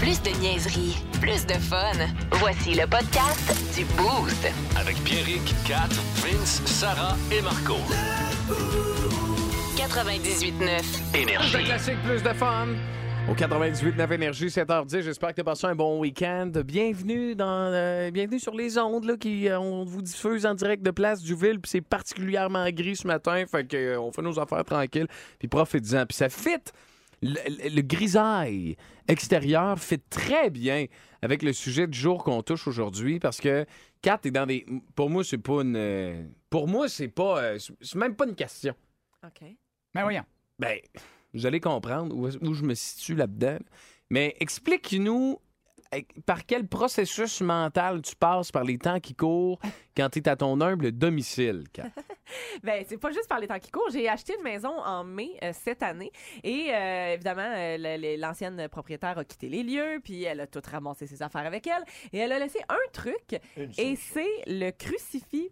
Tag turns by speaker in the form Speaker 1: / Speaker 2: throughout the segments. Speaker 1: Plus de niaiserie, plus de fun. Voici le podcast du Boost.
Speaker 2: Avec Pierrick, Kat, Vince, Sarah et Marco.
Speaker 1: 98.9.
Speaker 2: Énergie.
Speaker 3: Plus de classique, plus de fun. Au 98.9 Énergie, 7h10. J'espère que tu as passé un bon week-end. Bienvenue dans, euh, bienvenue sur les ondes là, qui euh, on vous diffuse en direct de Place du Ville. Puis c'est particulièrement gris ce matin, fait que euh, on fait nos affaires tranquilles. Puis profitez-en. Puis ça fit. Le, le- le grisaille extérieur fit très bien avec le sujet du jour qu'on touche aujourd'hui parce que Kat est dans des. Pour moi, c'est pas une. euh, Pour moi, c'est pas. euh, c'est- C'est même pas une question.
Speaker 4: OK.
Speaker 5: Ben voyons.
Speaker 3: Ben, vous allez comprendre où, où je me situe là-dedans. Mais explique-nous eh, par quel processus mental tu passes par les temps qui courent quand tu es à ton humble domicile. Kat.
Speaker 4: Ben, c'est pas juste par les temps qui courent. J'ai acheté une maison en mai euh, cette année et euh, évidemment, euh, le- le- l'ancienne propriétaire a quitté les lieux, puis elle a tout ramassé ses affaires avec elle et elle a laissé un truc et c'est le crucifix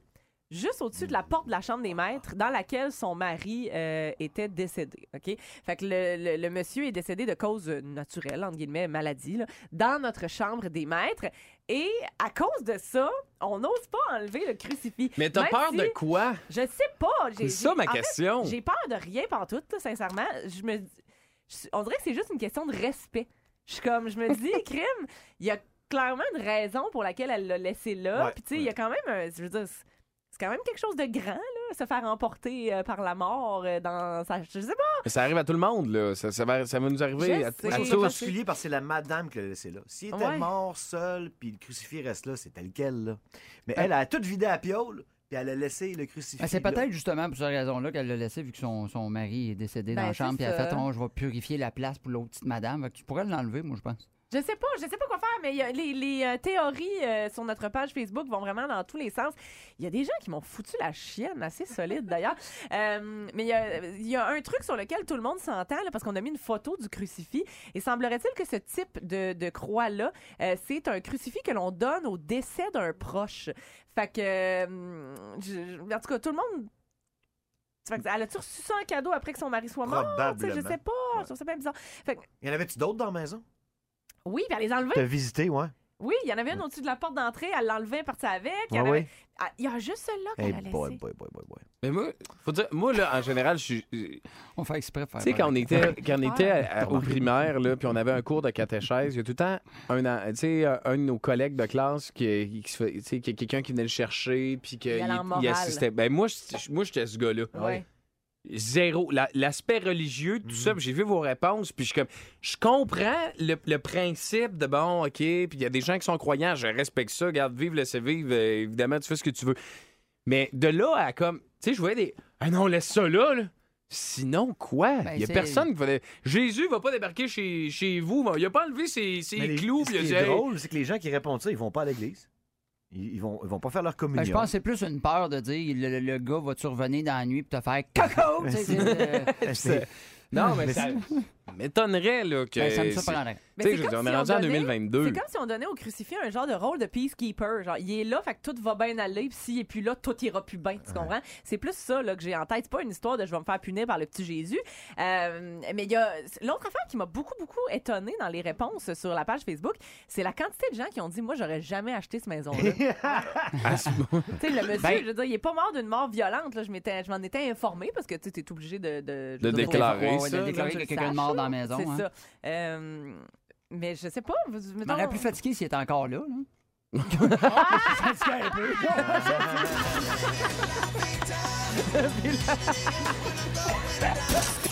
Speaker 4: juste au-dessus de la
Speaker 3: Hmm.
Speaker 4: porte de la chambre des
Speaker 3: Ah.
Speaker 4: maîtres dans laquelle son mari euh, était décédé. OK? Fait que le, le- le monsieur est décédé de cause naturelle, entre guillemets, maladie, là, dans notre chambre des maîtres. Et à cause de ça, on n'ose pas enlever le crucifix.
Speaker 3: Mais t'as
Speaker 4: Même
Speaker 3: peur
Speaker 4: si-
Speaker 3: de quoi?
Speaker 4: je sais pas.
Speaker 3: C'est
Speaker 4: j'ai-
Speaker 3: ça
Speaker 4: j'ai-
Speaker 3: ma
Speaker 4: en fait,
Speaker 3: question.
Speaker 4: J'ai peur de rien pantoute, là, sincèrement. Je me, je- on dirait que c'est juste une question de respect. Je suis comme, je me dis, crime, il y a clairement une raison pour laquelle elle l'a laissé là.
Speaker 3: Ouais,
Speaker 4: Puis tu sais, il y a quand même, un- je veux dire, c'est c'est quand même quelque chose de grand, là, se faire emporter euh, par la mort euh, dans sa, je sais pas.
Speaker 3: Mais ça arrive à tout le monde, là. Ça, ça va, ça va nous arriver
Speaker 4: Je
Speaker 3: à,
Speaker 4: sais.
Speaker 3: à
Speaker 4: Moi,
Speaker 3: tous.
Speaker 4: je
Speaker 5: C'est
Speaker 4: pense-
Speaker 5: particulier parce que c'est la madame qui l'a laissé là. S'il était
Speaker 4: Ouais.
Speaker 5: mort seul, puis le crucifix reste là, c'est tel quel. Là. Mais elle, elle a tout vidé à piole, puis elle a laissé le crucifix.
Speaker 6: Ben, c'est
Speaker 5: là.
Speaker 6: peut-être justement pour cette raison-là qu'elle l'a laissé, vu que son, son mari est décédé
Speaker 4: Ben,
Speaker 6: dans la chambre,
Speaker 4: c'est
Speaker 6: puis elle a
Speaker 4: ça.
Speaker 6: fait oh, Je vais purifier la place pour l'autre petite madame. Fait que tu pourrais l'enlever, moi, je pense.
Speaker 4: Je sais pas, je sais pas quoi faire, mais il y a les, les, euh, théories euh, sur notre page Facebook vont vraiment dans tous les sens. Il y a des gens qui m'ont foutu la chienne, assez solide d'ailleurs. Euh, mais il y a- il y, a un truc sur lequel tout le monde s'entend, là, parce qu'on a mis une photo du crucifix. Et semblerait-il que ce type de, de croix-là, euh, c'est un crucifix que l'on donne au décès d'un proche. Fait que, euh, je- je- en tout cas, tout le monde... Fait que, elle a-tu reçu ça en cadeau après que son mari soit mort? Tu sais,
Speaker 5: Probablement.
Speaker 4: Je sais pas, je trouve ça bien bizarre.
Speaker 5: Il y en avait-tu d'autres dans la maison?
Speaker 4: Oui, puis elle les a enlevés.
Speaker 5: T'as visité, ouais.
Speaker 4: Oui, il y en avait
Speaker 3: Mm.
Speaker 4: une au-dessus de la porte d'entrée, elle l'enlevait, elle partait avec. Il y, en
Speaker 5: Ouais,
Speaker 4: avait-
Speaker 5: ouais.
Speaker 4: Ah, il y a juste celle-là qu'elle
Speaker 5: Hey,
Speaker 4: a
Speaker 5: boy,
Speaker 4: laissée.
Speaker 5: boy, boy, boy, boy.
Speaker 3: Mais moi, faut dire, moi, là, en général, je suis. euh, Tu
Speaker 6: On fait exprès de faire.
Speaker 3: sais, quand on était, quand on
Speaker 4: Ah.
Speaker 3: était à- à-
Speaker 6: Ton
Speaker 3: au
Speaker 6: mari.
Speaker 3: primaire, là, puis on avait un cours de catéchèse, il y a tout le temps un, an- tu sais, un un de nos collègues de classe qui, qui se fait- tu sais, qui- quelqu'un qui venait le chercher, puis que
Speaker 4: Il allait en morale.
Speaker 3: assistait. Ben, moi, je- moi, j'étais ce gars-là.
Speaker 4: Ouais.
Speaker 3: Zéro. La- L'aspect religieux, tout ça, puis j'ai vu vos réponses, puis je suis comme, je comprends le, le principe de bon, OK, puis il y a des gens qui sont croyants, je respecte ça, garde, vive, laissez vivre, euh, évidemment, tu fais ce que tu veux. Mais de là à comme, tu sais, je voyais des, ah non, laisse ça là, là. Sinon, quoi? Il
Speaker 6: Ben,
Speaker 3: y a
Speaker 6: c'est-
Speaker 3: personne qui va. dé- Jésus va pas débarquer chez, chez vous. va- Il a pas enlevé ses, ses
Speaker 5: Mais les-
Speaker 3: clous.
Speaker 5: ce
Speaker 3: puis il a
Speaker 5: qui
Speaker 3: dit,
Speaker 5: est
Speaker 3: hey,
Speaker 5: drôle, c'est que les gens qui répondent ça, ils vont pas à l'église. Ils, ils vont, ils vont pas faire leur communion.
Speaker 6: Ben, je pense que c'est plus une peur de dire le, le- le gars va te revenir dans la nuit puis te faire coco. Tu sais, c'est-
Speaker 5: Ben, c'est-
Speaker 3: Non, mais
Speaker 5: Mais
Speaker 3: ça m'étonnerait, là, que.
Speaker 6: ben, ça me
Speaker 3: c'est-
Speaker 6: surprendrait.
Speaker 4: Mais
Speaker 3: Tu sais,
Speaker 4: c'est
Speaker 3: je veux
Speaker 4: comme
Speaker 3: dire, on est
Speaker 4: si
Speaker 3: rendu en
Speaker 4: donnait-
Speaker 3: 2022.
Speaker 4: C'est comme si on donnait au crucifix un genre de rôle de peacekeeper. Genre, il est là, fait que tout va bien aller, puis s'il est plus là, tout ira plus bien. Tu comprends? C'est plus ça là, que j'ai en tête. C'est pas une histoire de je vais me faire punir par le petit Jésus. Euh, mais il y a l'autre affaire qui m'a beaucoup, beaucoup étonnée dans les réponses sur la page Facebook, c'est la quantité de gens qui ont dit Moi, j'aurais jamais acheté cette maison-là.
Speaker 3: À ce moment-
Speaker 4: Tu sais, le monsieur,
Speaker 6: Ben-
Speaker 4: je veux dire, il est pas mort d'une mort violente. Là. Je, m'étais, je m'en étais informé parce que tu es obligé de, de, je
Speaker 3: De
Speaker 4: veux dire,
Speaker 3: déclarer
Speaker 4: pour-
Speaker 3: ça,
Speaker 6: de déclarer qu'il y a
Speaker 4: que je le
Speaker 6: quelqu'un de
Speaker 4: sache,
Speaker 6: mort
Speaker 4: là.
Speaker 6: dans la maison,
Speaker 4: C'est
Speaker 6: hein.
Speaker 4: ça. Euh, mais je sais pas. Vous,
Speaker 6: Je
Speaker 4: mettons-
Speaker 6: m'aurais plus fatigué s'il était encore là. là.
Speaker 4: Ah!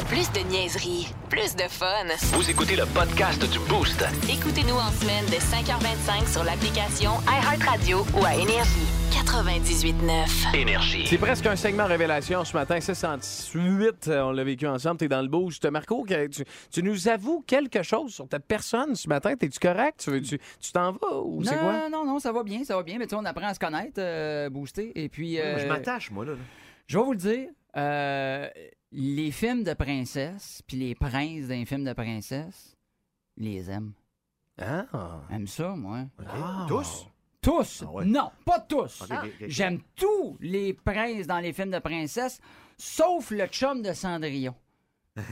Speaker 1: Plus de niaiserie, plus de fun.
Speaker 2: Vous écoutez le podcast du Boost.
Speaker 1: Écoutez-nous en semaine de 5h25 sur l'application iHeartRadio ou à Énergie. 98.9.
Speaker 2: Énergie.
Speaker 3: C'est presque un segment révélation ce matin, 68. euh, On l'a vécu ensemble. T'es dans le boost. Marco, que tu, tu nous avoues quelque chose sur ta personne ce matin. T'es-tu correct? Tu veux- tu tu t'en vas ou c'est
Speaker 6: non,
Speaker 3: quoi?
Speaker 6: non, non, ça va bien, ça va bien. Mais tu sais, on apprend à se connaître, euh, booster. Et puis.
Speaker 5: Moi, Je
Speaker 6: euh,
Speaker 5: m'attache, moi, là. là.
Speaker 6: Je vais vous le dire, euh, les films de princesse puis les princes d'un film de princesse, ils les aiment.
Speaker 3: Ah.
Speaker 6: J'aime ça, moi.
Speaker 5: Tous?
Speaker 6: Tous!
Speaker 5: Ah ouais.
Speaker 6: Non, pas tous!
Speaker 5: Ok, ok, ok.
Speaker 6: J'aime tous les princes dans les films de princesse, sauf le chum de Cendrillon.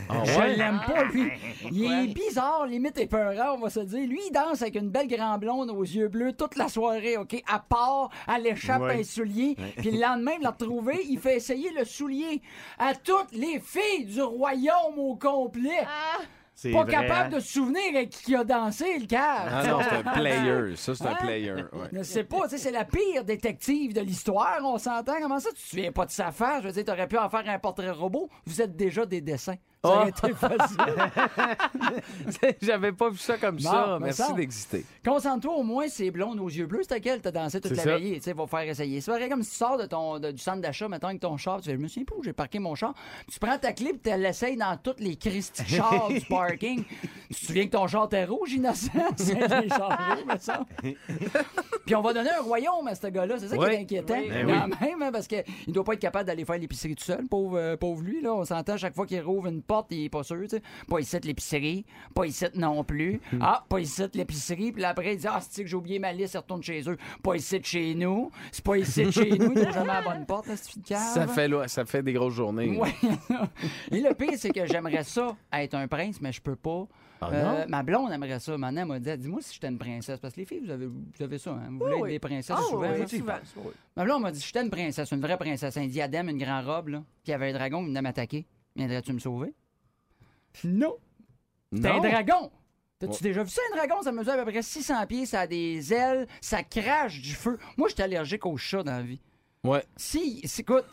Speaker 3: Ah
Speaker 6: Je
Speaker 3: ouais?
Speaker 6: l'aime pas, lui. Il
Speaker 4: Ouais.
Speaker 6: est bizarre, limite épeurant, on va se dire. Lui, il danse avec une belle grande blonde aux yeux bleus toute la soirée, OK? À part, elle échappe
Speaker 3: Ouais.
Speaker 6: à un soulier. Puis le lendemain, de la retrouver, il fait essayer le soulier à toutes les filles du royaume au complet.
Speaker 5: C'est
Speaker 6: pas
Speaker 5: vrai,
Speaker 6: capable
Speaker 5: hein?
Speaker 6: de se souvenir avec qui il a dansé, le cave. Hein?
Speaker 3: Ah non, c'est un player. Ça, c'est un
Speaker 6: Ouais.
Speaker 3: player. ouais.
Speaker 6: Je sais pas, tu sais, c'est la pire détective de l'histoire, on s'entend. Comment ça, tu te souviens pas de sa face? Je veux dire, t'aurais pu en faire un portrait robot. Vous êtes déjà des dessins. Ça aurait
Speaker 3: Ah!
Speaker 6: été facile.
Speaker 3: J'avais pas vu ça comme
Speaker 6: Non,
Speaker 3: ça.
Speaker 6: me
Speaker 3: Merci
Speaker 6: semble.
Speaker 3: d'exister.
Speaker 6: Concentre-toi au moins, c'est blonde aux yeux bleus, c'est laquelle t'as dansé toute
Speaker 3: C'est
Speaker 6: la
Speaker 3: ça.
Speaker 6: veillée. Tu sais, va faire essayer. C'est pareil comme si tu sors de ton, de- du centre d'achat, mettons, avec ton char. Tu fais, je me souviens pas où j'ai parqué mon char. Tu prends ta clé et tu l'essayes dans toutes les Christy chars du parking. Tu te souviens que ton char était rouge, innocent? C'est des chars rouges, me semble. Puis on va donner un royaume à ce gars-là. C'est ça
Speaker 3: Oui.
Speaker 6: qui est inquiétant.
Speaker 4: Oui.
Speaker 5: Ben
Speaker 6: Quand même, hein, parce qu'il doit pas être capable d'aller faire l'épicerie tout seul, pauvre, euh, pauvre lui. Là. On s'entend chaque fois qu'il rouvre une porte, il est pas sûr. tu sais. Pas ici de l'épicerie, pas ici de non plus. Ah, pas ici de l'épicerie. Puis là, après, il dit Ah, c'est que j'ai oublié ma liste, il retourne chez eux. Pas ici de chez nous. C'est pas ici de chez nous. Il n'a jamais à la bonne porte, là, cette fille de cave.
Speaker 3: Ça fait, lo- ça fait des grosses journées.
Speaker 6: Ouais. Et le pire, c'est que j'aimerais ça être un prince, mais je peux pas.
Speaker 3: Ah
Speaker 6: Euh,
Speaker 3: non?
Speaker 6: ma blonde aimerait ça. Ma nana m'a dit Dis-moi si j'étais une princesse. Parce que les filles, vous avez, vous avez ça. hein. Vous voulez
Speaker 4: oui.
Speaker 6: être des princesses
Speaker 4: Ah
Speaker 6: souvent.
Speaker 4: oui,
Speaker 6: hein.
Speaker 4: souvent.
Speaker 6: Ma blonde m'a dit J'étais une princesse, une vraie princesse, un diadème, une grande robe, là. Puis il y avait un dragon qui venait m'attaquer. Viendrais-tu me sauver Non. T'es un
Speaker 3: Non?
Speaker 6: dragon T'as-tu déjà vu ça, un dragon? Ça mesure à peu près 600 pieds, ça a des ailes, ça crache du feu. Moi, j'étais allergique aux chats dans la vie.
Speaker 3: Ouais.
Speaker 6: Si, si- écoute,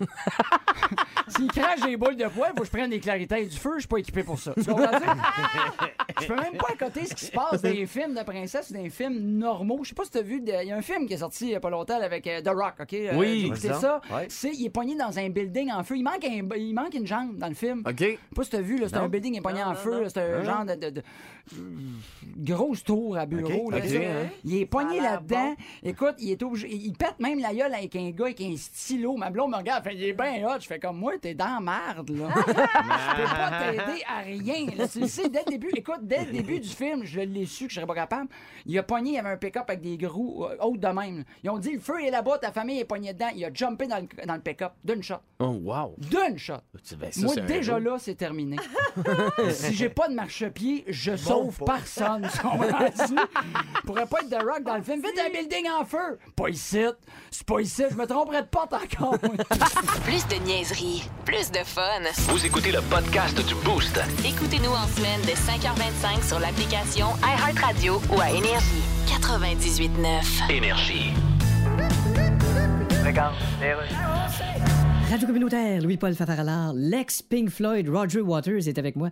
Speaker 6: s'il crache des boules de poil, faut que je prenne des clarités et du feu, je suis pas équipé pour ça. Tu comprends ça? Je peux même pas accoter ce qui se passe dans les films de princesse ou dans les films normaux. Je sais pas si t'as vu, de- il y a un film qui est sorti il y a pas longtemps avec euh, The Rock, OK? Euh,
Speaker 3: Oui.
Speaker 6: j'ai écouté
Speaker 5: Vas-y
Speaker 6: ça.
Speaker 5: donc. Ouais.
Speaker 6: C'est, il est pogné dans un building en feu. Il manque, un- il manque une jambe dans le film.
Speaker 3: OK.
Speaker 6: Je sais pas si t'as vu, là, c'est un building qui est pogné en feu, là, c'est un genre de, de- de- grosse tour à bureau.
Speaker 5: Ok,
Speaker 6: là,
Speaker 5: ok,
Speaker 6: ça.
Speaker 5: hein.
Speaker 6: Il est
Speaker 4: Ça
Speaker 6: pogné
Speaker 4: a l'air
Speaker 6: là-dedans. Écoute, il est obligé. Il pète même la gueule avec un gars avec un stylo. Ma blonde me regarde, elle fait, il est bien hot. Je fais comme moi, t'es dans la marde, là. je peux pas t'aider à rien. Là, tu le sais, dès le début, écoute, dès le début du film, je l'ai su que je serais pas capable. Il a pogné, il y avait un pick-up avec des gros euh, hautes de même. Ils ont dit, le feu est là-bas, ta famille est pognée dedans. Il a jumpé dans le, dans le pick-up d'une shot.
Speaker 3: Oh, wow.
Speaker 6: D'une shot.
Speaker 5: Euh,
Speaker 3: Ben, ça,
Speaker 6: Moi,
Speaker 3: c'est un
Speaker 6: déjà
Speaker 3: héros.
Speaker 6: là, c'est terminé. Euh, si j'ai pas de marchepied, je sauve personne. tu comprends-tu? Je pourrais pas être The Rock dans le film. Vite, un building en feu! Pas ici. C'est pas ici. Je me tromperais de porte encore. moi.
Speaker 1: Plus de niaiserie, plus de fun.
Speaker 2: Vous écoutez le podcast du Boost.
Speaker 1: Écoutez-nous en semaine de 5h25 sur l'application iHeartRadio ou à Énergie. 98.9.
Speaker 2: Énergie.
Speaker 7: Radio communautaire, Louis-Paul Fafaralard, l'ex Pink Floyd Roger Waters est avec moi.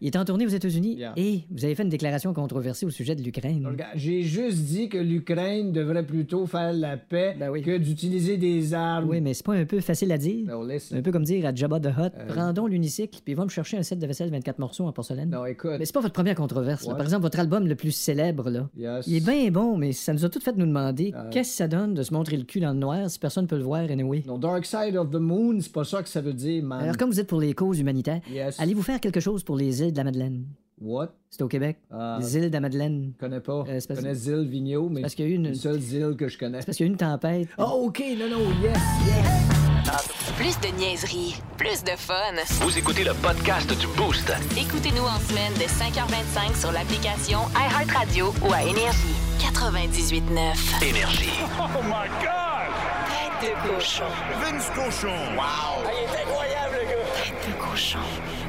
Speaker 7: Il est en tournée aux États-Unis
Speaker 8: Yeah.
Speaker 7: et vous avez fait une déclaration controversée au sujet de l'Ukraine.
Speaker 8: Regarde, J'ai juste dit que l'Ukraine devrait plutôt faire la paix
Speaker 7: Ben oui.
Speaker 8: que d'utiliser des armes. Ben,
Speaker 7: Oui, mais c'est pas un peu facile à dire.
Speaker 8: Non, laisse.
Speaker 7: C'est un peu comme dire à Jabba the Hutt,
Speaker 8: Euh.
Speaker 7: rendons l'unicycle puis va me chercher un set de vaisselle 24 morceaux en porcelaine.
Speaker 8: Non, écoute.
Speaker 7: Mais c'est pas votre première controverse. là.
Speaker 8: Ouais.
Speaker 7: Par exemple, votre album le plus célèbre, là.
Speaker 8: Yes.
Speaker 7: Il est bien bon, mais ça nous a tout fait nous demander
Speaker 8: Ah.
Speaker 7: qu'est-ce que ça donne de se montrer le cul dans le noir si personne peut le voir, anyway.
Speaker 8: Non, Dark Side of the Moon, c'est pas ça que ça veut dire, man.
Speaker 7: Alors, comme vous êtes pour les causes humanitaires,
Speaker 8: Yes.
Speaker 7: allez-vous faire quelque chose pour les îles de la Madeleine?
Speaker 8: What?
Speaker 7: C'est au Québec.
Speaker 8: Ah.
Speaker 7: Les îles de la Madeleine.
Speaker 8: Je connais pas.
Speaker 7: Euh, c'est
Speaker 8: je
Speaker 7: parce-
Speaker 8: connais Zille Vigneault, mais
Speaker 7: parce qu'il y a eu une-
Speaker 8: c'est la seule Zille que je connais.
Speaker 7: Parce qu'il y a eu une tempête.
Speaker 8: Oh, OK, non, non, yes, yes.
Speaker 1: Plus de niaiserie, plus de fun.
Speaker 2: Vous écoutez le podcast du Boost.
Speaker 1: Écoutez-nous en semaine de 5h25 sur l'application iHeartRadio ou à Énergie. 98.9.
Speaker 2: Énergie.
Speaker 1: Tête de cochon.
Speaker 9: Oh Vince Cochon. Wow! Ah, il est incroyable, le gars! Tête de cochon.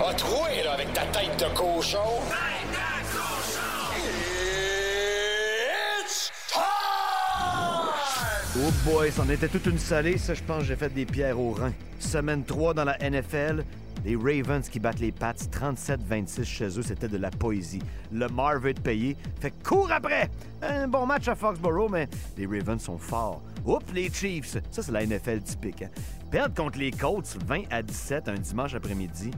Speaker 9: A troué, là, avec ta tête de cochon. Tête de cochon! It's time!
Speaker 5: Oh boy, c'en était toute une salée, ça, je pense que j'ai fait des pierres au rein. Semaine 3 dans la NFL, les Ravens qui battent les Pats 37-26 chez eux, c'était de la poésie. Le Mar veut être payé, fait que cours après! Un bon match à Foxborough, mais les Ravens sont forts. Oups, les Chiefs! Ça, c'est la NFL typique. hein. Perdre contre les Colts 20 à 17 un dimanche après-midi,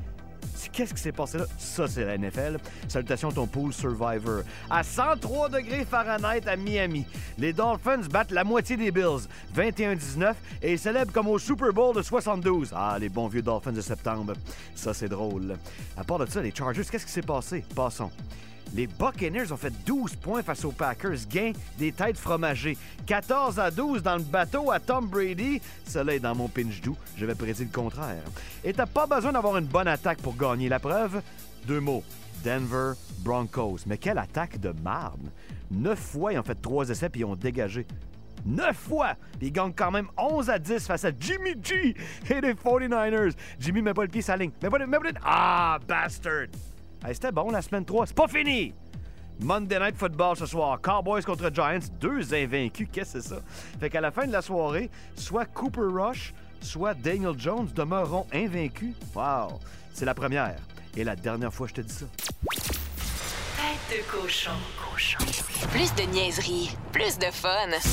Speaker 5: c'est- Qu'est-ce qui s'est passé là? Ça, c'est la NFL. Salutations, ton pool Survivor. À 103 degrés Fahrenheit à Miami, les Dolphins battent la moitié des Bills, 21-19, et célèbrent comme au Super Bowl de 72. Ah, les bons vieux Dolphins de septembre. Ça, c'est drôle. À part de ça, les Chargers, qu'est-ce qui s'est passé? Passons. Les Buccaneers ont fait 12 points face aux Packers, gain des têtes fromagées. 14 à 12 dans le bateau à Tom Brady. Cela est dans mon pinch doux, j'avais prédit le contraire. Et t'as pas besoin d'avoir une bonne attaque pour gagner la preuve. Deux mots. Denver Broncos. Mais quelle attaque de marne! Neuf fois, ils ont fait trois essais puis ils ont dégagé. Neuf fois! Puis ils gagnent quand même 11 à 10 face à Jimmy G et les 49ers. Jimmy met pas le pied sa ligne. Met pas le... met pas le- Ah, bastard! Hey, C'était bon la semaine 3. C'est pas fini! Monday Night Football ce soir. Cowboys contre Giants. Deux invaincus. Qu'est-ce que c'est ça? Fait qu'à la fin de la soirée, soit Cooper Rush, soit Daniel Jones demeureront invaincus. Wow! C'est la première. Et la dernière fois, je te dis ça.
Speaker 1: Tête de cochon. Plus de niaiserie, plus de fun.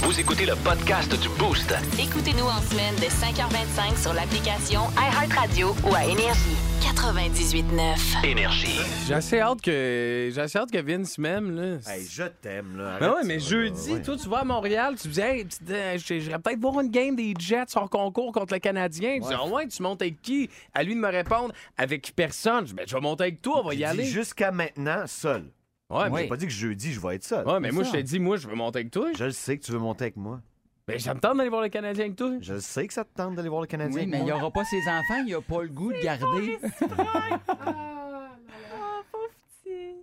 Speaker 2: Vous écoutez le podcast du Boost.
Speaker 1: Écoutez-nous en semaine de 5h25 sur l'application iHeartRadio ou à Énergie. 98.9.
Speaker 2: Énergie.
Speaker 3: J'ai assez hâte que, j'ai assez hâte que Vince m'aime, là.
Speaker 5: Hey, je t'aime, là.
Speaker 3: Ben
Speaker 5: Arrête
Speaker 3: ouais, mais
Speaker 5: ça,
Speaker 3: jeudi,
Speaker 5: là. Ouais.
Speaker 3: toi, tu vas à Montréal, tu dis, hey, petite, euh, j'ai- j'irais peut-être voir une game des Jets en concours contre le Canadien. Tu dis, ah ouais, tu montes avec qui? À lui de me répondre, avec personne. Je dis, ben, je vais monter avec toi, on va
Speaker 5: J'ai
Speaker 3: y
Speaker 5: dit
Speaker 3: aller.
Speaker 5: Jusqu'à maintenant, seul.
Speaker 3: Ouais, mais,
Speaker 5: J'ai pas dit que jeudi, je vais être seul.
Speaker 3: ouais, mais moi, je
Speaker 6: ça.
Speaker 3: t'ai dit, moi, je veux monter avec toi.
Speaker 5: Je le sais que tu veux monter avec moi.
Speaker 3: Ben, ça me tente d'aller voir le Canadien avec toi.
Speaker 5: Je le sais que ça te tente d'aller voir le Canadien.
Speaker 6: Oui, mais il n'y aura pas ses enfants, il n'y a pas le goût de garder.
Speaker 9: Ah,
Speaker 4: Oh, pauvre petit.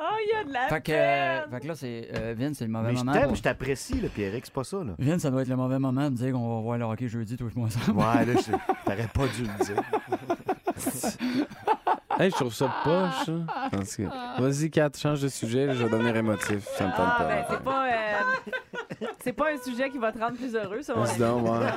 Speaker 4: Oh, il y a de la
Speaker 6: Fait que, euh,
Speaker 4: peine.
Speaker 6: fait que là, c'est, euh, Vin, c'est le mauvais
Speaker 5: Mais je
Speaker 6: moment.
Speaker 5: t'aime,
Speaker 6: pour-
Speaker 5: je t'apprécie, le Pierrick, c'est pas ça, là.
Speaker 6: Vin, ça doit être le mauvais moment de dire qu'on va voir le hockey jeudi, toi et moi ensemble.
Speaker 5: Ouais, là, je- t'aurais pas dû le dire.
Speaker 3: Hey, je trouve ça poche. hein. En tout cas, Vas-y, Kat, change de sujet, là, je vais devenir émotif. Ça me tente
Speaker 4: Ah, ben,
Speaker 3: pas.
Speaker 4: c'est pas, euh, c'est pas un sujet qui va te rendre plus heureux, ça, mon
Speaker 3: Vas-y
Speaker 4: ami.
Speaker 3: donc, ouais.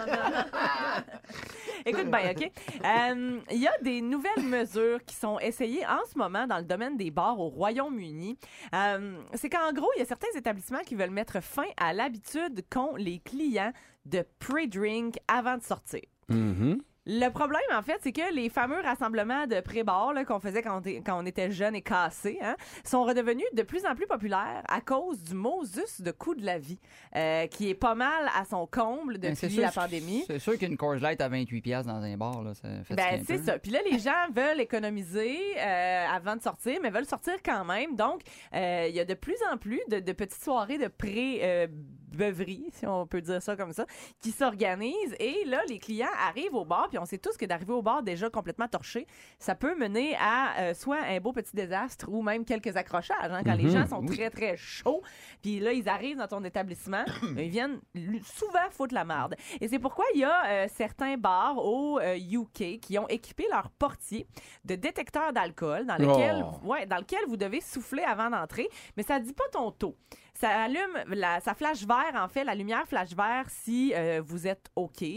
Speaker 4: Écoute bien, OK? Euh, Il y a des nouvelles mesures qui sont essayées en ce moment dans le domaine des bars au Royaume-Uni. Euh, c'est qu'en gros, il y a certains établissements qui veulent mettre fin à l'habitude qu'ont les clients de pre-drink avant de sortir.
Speaker 3: Mhm.
Speaker 4: Le problème, en fait, c'est que les fameux rassemblements de pré-bars là, qu'on faisait quand on, était- quand on était jeune et cassé hein, sont redevenus de plus en plus populaires à cause du Mosus de coût de la vie, euh, qui est pas mal à son comble
Speaker 6: Ben,
Speaker 4: depuis
Speaker 6: sûr-
Speaker 4: la pandémie.
Speaker 6: C'est sûr qu'une Coors Light à 28$ piastres dans euh, un bar, là, ça fait
Speaker 4: Ben, c'est ça. Puis là, les gens veulent économiser euh, avant de sortir, mais veulent sortir quand même. Donc, euh, il y a de plus en plus de, de petites soirées de pré-beuverie, si on peut dire ça comme ça, qui s'organisent. Et là, les clients arrivent au bar, puis on sait tous que d'arriver au bar déjà complètement torché, ça peut mener à euh, soit un beau petit désastre ou même quelques accrochages. hein, quand les gens sont très, très chauds, puis là, ils arrivent dans ton établissement, ils viennent lu- souvent foutre la marde. Et c'est pourquoi il y a euh, certains bars au euh, UK qui ont équipé leurs portiers de détecteurs d'alcool dans lesquels,
Speaker 5: Oh.
Speaker 4: ouais, dans lequel vous devez souffler avant d'entrer, mais ça dit pas ton taux. Ça allume, la, ça flash vert en fait, la lumière flash vert si euh, vous êtes OK.
Speaker 3: Mm.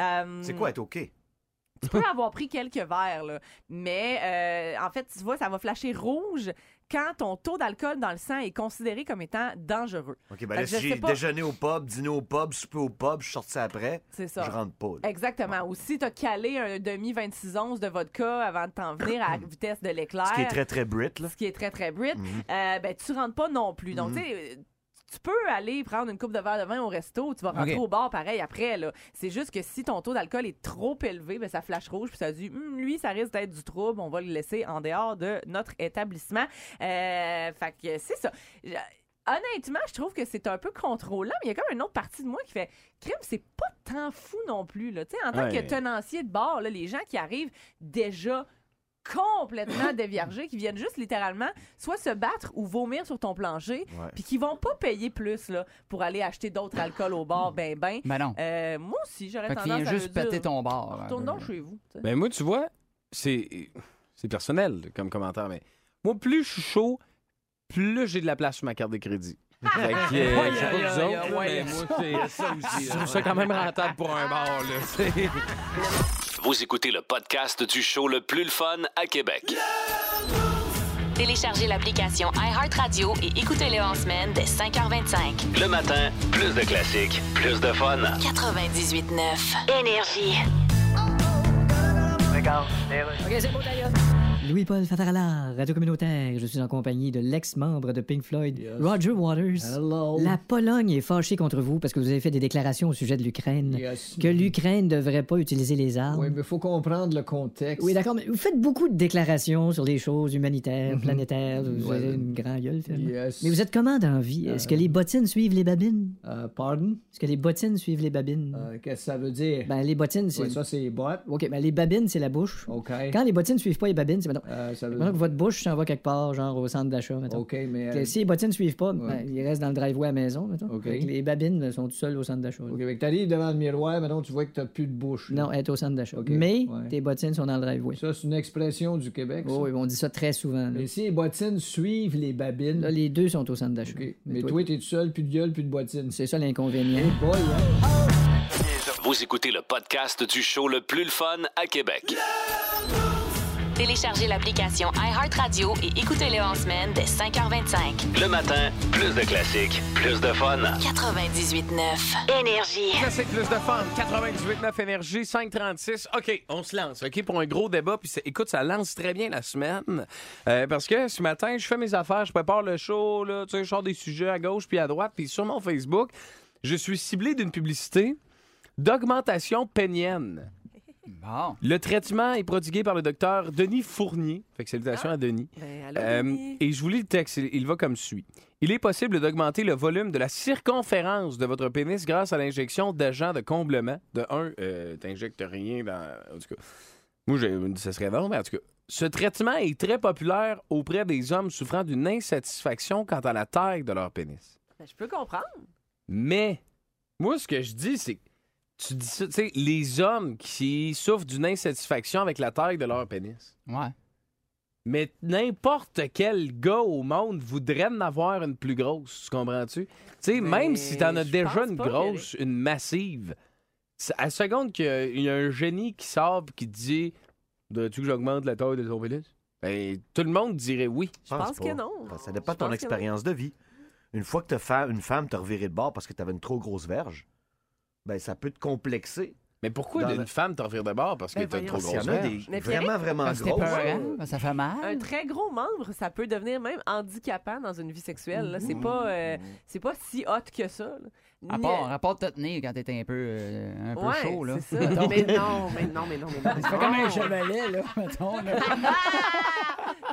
Speaker 4: Euh,
Speaker 5: C'est quoi être OK?
Speaker 4: tu peux avoir pris quelques verres, là. mais euh, en fait, tu vois, ça va flasher rouge quand ton taux d'alcool dans le sang est considéré comme étant dangereux.
Speaker 5: OK, ben
Speaker 4: Fait
Speaker 5: là,
Speaker 4: que je
Speaker 5: si
Speaker 4: sais
Speaker 5: j'ai
Speaker 4: pas.
Speaker 5: déjeuné au pub, dîné au pub, souper au pub, je suis sorti après,
Speaker 4: C'est
Speaker 5: je
Speaker 4: ça.
Speaker 5: rentre pas. là.
Speaker 4: Exactement. Ou si t'as calé un demi 26 onces de vodka avant de t'en venir à la vitesse de l'éclair,
Speaker 6: Eh,
Speaker 5: Ce qui est très, très brit, là.
Speaker 4: ce qui est très, très brit, euh, ben, tu rentres pas non plus. Donc,
Speaker 5: Mhm.
Speaker 4: tu sais, euh, tu peux aller prendre une coupe de verre de vin au resto, tu vas rentrer
Speaker 6: Ok.
Speaker 4: au bar pareil après. là. C'est juste que si ton taux d'alcool est trop élevé, ben, ça flash rouge, puis ça dit, Hum, lui, ça risque d'être du trouble, on va le laisser en dehors de notre établissement. Euh, fait que c'est ça. Je- Honnêtement, je trouve que c'est un peu contrôlant, mais il y a comme une autre partie de moi qui fait crime, c'est pas tant fou non plus. Là. Tu sais, En tant
Speaker 3: Ouais.
Speaker 4: que tenancier de bar, là, les gens qui arrivent déjà complètement déviergés, qui viennent juste littéralement soit se battre ou vomir sur ton plancher,
Speaker 5: Ouais.
Speaker 4: puis qui vont pas payer plus là, pour aller acheter d'autres alcools au bar, ben ben.
Speaker 6: Mais non.
Speaker 4: Euh, moi aussi, j'aurais
Speaker 6: Fait que tu
Speaker 4: tendance à
Speaker 6: viens
Speaker 4: le
Speaker 6: juste
Speaker 4: dire.
Speaker 6: péter ton bar.
Speaker 4: Retourne donc chez vous. tu sais.
Speaker 3: Ben moi, tu vois, c'est c'est personnel comme commentaire, mais moi, plus je suis chaud, plus j'ai de la place sur ma carte de crédit. Fait que, euh,
Speaker 6: Ouais,
Speaker 3: je sais pas
Speaker 6: ouais,
Speaker 3: vous
Speaker 6: ouais,
Speaker 3: autres, là,
Speaker 6: ouais.
Speaker 3: mais moi, c'est- je trouve ça quand même rentable pour un bar, là. C'est-
Speaker 2: Vous écoutez le podcast du show le plus le fun à Québec.
Speaker 1: Téléchargez l'application iHeartRadio et écoutez-le en semaine de 5h25.
Speaker 2: Le matin, plus de classiques, plus de fun.
Speaker 1: 98.9. Énergie.
Speaker 6: OK, c'est beau, d'ailleurs.
Speaker 7: Louis-Paul Favaralard, radio communautaire. Je suis en compagnie de l'ex-membre de Pink Floyd, Roger Waters.
Speaker 8: Hello.
Speaker 7: La Pologne est fâchée contre vous parce que vous avez fait des déclarations au sujet de l'Ukraine.
Speaker 8: Yes.
Speaker 7: Que l'Ukraine ne devrait pas utiliser les armes.
Speaker 8: Oui, mais faut comprendre le contexte.
Speaker 7: Oui, d'accord, mais vous faites beaucoup de déclarations sur des choses humanitaires, planétaires. Vous avez une grande gueule, finalement.
Speaker 8: Mm-hmm. Yes.
Speaker 7: Mais vous êtes comment dans la vie? Est-ce que les bottines suivent les babines?
Speaker 8: Euh, pardon?
Speaker 7: Est-ce que les bottines suivent les babines?
Speaker 8: Euh, Qu'est-ce que ça veut dire?
Speaker 7: Ben, les bottines, c'est...
Speaker 8: Ouais, ça, c'est bot.
Speaker 7: OK, ben les babines, c'est la bouche.
Speaker 8: OK.
Speaker 7: Quand les bottines suivent pas les babines, c'est... mettons-
Speaker 8: Euh, ça veut
Speaker 7: mettons que votre bouche s'en va quelque part, genre au centre d'achat, mettons.
Speaker 8: OK, mais...
Speaker 7: Que
Speaker 8: euh,
Speaker 7: si les bottines suivent pas, ben, ils restent dans le driveway à la maison, mettons.
Speaker 8: OK.
Speaker 7: Fait que les babines elles sont tout seules au centre d'achat. là.
Speaker 8: OK, mais que t'arrives devant le miroir, maintenant tu vois que t'as plus de bouche. là.
Speaker 7: Non, elles sont au centre d'achat.
Speaker 8: OK,
Speaker 7: Mais
Speaker 8: ouais.
Speaker 7: tes bottines sont dans le driveway.
Speaker 8: Ça, c'est une expression du Québec, ça.
Speaker 7: Oh, oui, on dit ça très souvent. là.
Speaker 8: Mais si les bottines suivent les babines...
Speaker 7: Là, les deux sont au centre d'achat.
Speaker 8: OK, Mais toi, t'es tout seul, plus de gueule, plus de bottines.
Speaker 7: c'est ça l'inconvénient.
Speaker 8: Boy, hein?
Speaker 2: Vous écoutez le podcast du show le plus le fun à Québec.
Speaker 1: Téléchargez l'application iHeartRadio et écoutez-le en semaine dès 5h25.
Speaker 2: Le matin, plus de classiques, plus de fun.
Speaker 1: 98.9. Énergie.
Speaker 3: Classique plus de fun, 98.9 énergie, 536. OK, on se lance, OK, pour un gros débat. Puis c'est- écoute, ça lance très bien la semaine. Euh, parce que ce matin, je fais mes affaires, je prépare le show, là, tu sais, je sors des sujets à gauche puis à droite. Puis sur mon Facebook, je suis ciblé d'une publicité d'augmentation pénienne.
Speaker 6: Bon.
Speaker 3: Le traitement est prodigué par le docteur Denis Fournier. Fait que salutations à Denis.
Speaker 4: Ben, allô,
Speaker 3: Euh,
Speaker 4: Denis?
Speaker 3: et je vous lis le texte, il, il va comme suit. Il est possible d'augmenter le volume de la circonférence de votre pénis grâce à l'injection d'agents de comblement. De un, euh, t'injectes rien dans. En tout cas, moi, j'ai dit ça serait bon, mais en tout cas. Ce traitement est très populaire auprès des hommes souffrant d'une insatisfaction quant à la taille de leur pénis.
Speaker 4: Ben, je peux comprendre.
Speaker 3: Mais, moi, ce que je dis, c'est que tu dis ça, tu sais, les hommes qui souffrent d'une insatisfaction avec la taille de leur pénis.
Speaker 6: Ouais.
Speaker 3: Mais n'importe quel gars au monde voudrait en avoir une plus grosse, tu comprends-tu? Tu sais,
Speaker 4: Mais
Speaker 3: même si t'en as
Speaker 4: je
Speaker 3: déjà
Speaker 4: pense
Speaker 3: une
Speaker 4: pas, Eric.
Speaker 3: grosse, une massive, c'est- à la seconde qu'il y a- il y a un génie qui sort pis qui dit « Voudrais-tu que j'augmente la taille de ton pénis? » Ben, tout le monde dirait oui.
Speaker 4: Je pense que non.
Speaker 5: Ça dépend de
Speaker 4: Je
Speaker 5: ton
Speaker 4: pense que
Speaker 5: expérience de vie. Une fois que t'as fait, une femme t'a reviré de bord parce que t'avais une trop grosse verge, ben ça peut te complexer.
Speaker 3: Mais pourquoi
Speaker 5: Dans
Speaker 3: une
Speaker 5: le-
Speaker 3: femme t'offrir de bord parce que
Speaker 4: Ben
Speaker 3: t'as une trop
Speaker 4: voyons,
Speaker 5: S'il y
Speaker 3: grosse
Speaker 5: en a
Speaker 3: verge?
Speaker 5: des
Speaker 4: Mais Pierrick,
Speaker 5: vraiment, vraiment
Speaker 6: C'était
Speaker 5: grosses,
Speaker 6: peurant, ben, ça fait
Speaker 4: Un
Speaker 6: mal.
Speaker 4: très gros membre, ça peut devenir même handicapant dans une vie sexuelle. là. C'est pas, euh, c'est pas si hot que ça. là.
Speaker 6: À
Speaker 4: Ni-
Speaker 6: part, à part de te tenir quand t'étais un peu, euh, un peu
Speaker 4: euh, ouais,
Speaker 6: chaud, là.
Speaker 4: c'est ça. mais non, mais non, mais non, mais non.
Speaker 6: Ça fait comme un chevalet, là, mettons. là.
Speaker 4: Euh, Ah!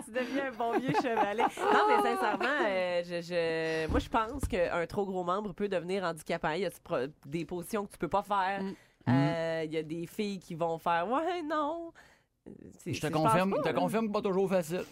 Speaker 4: tu deviens un bon vieux chevalet. Non, mais sincèrement, euh, je, je- moi, je pense qu'un trop gros membre peut devenir handicapant. Il y a du pro- des positions que tu peux pas faire. Euh, Il y a des filles qui vont faire Ouais, non. C'est-
Speaker 6: Je te
Speaker 4: c'est- pense
Speaker 6: confirme,
Speaker 4: pas,
Speaker 6: te
Speaker 4: là.
Speaker 6: confirme que pas toujours facile.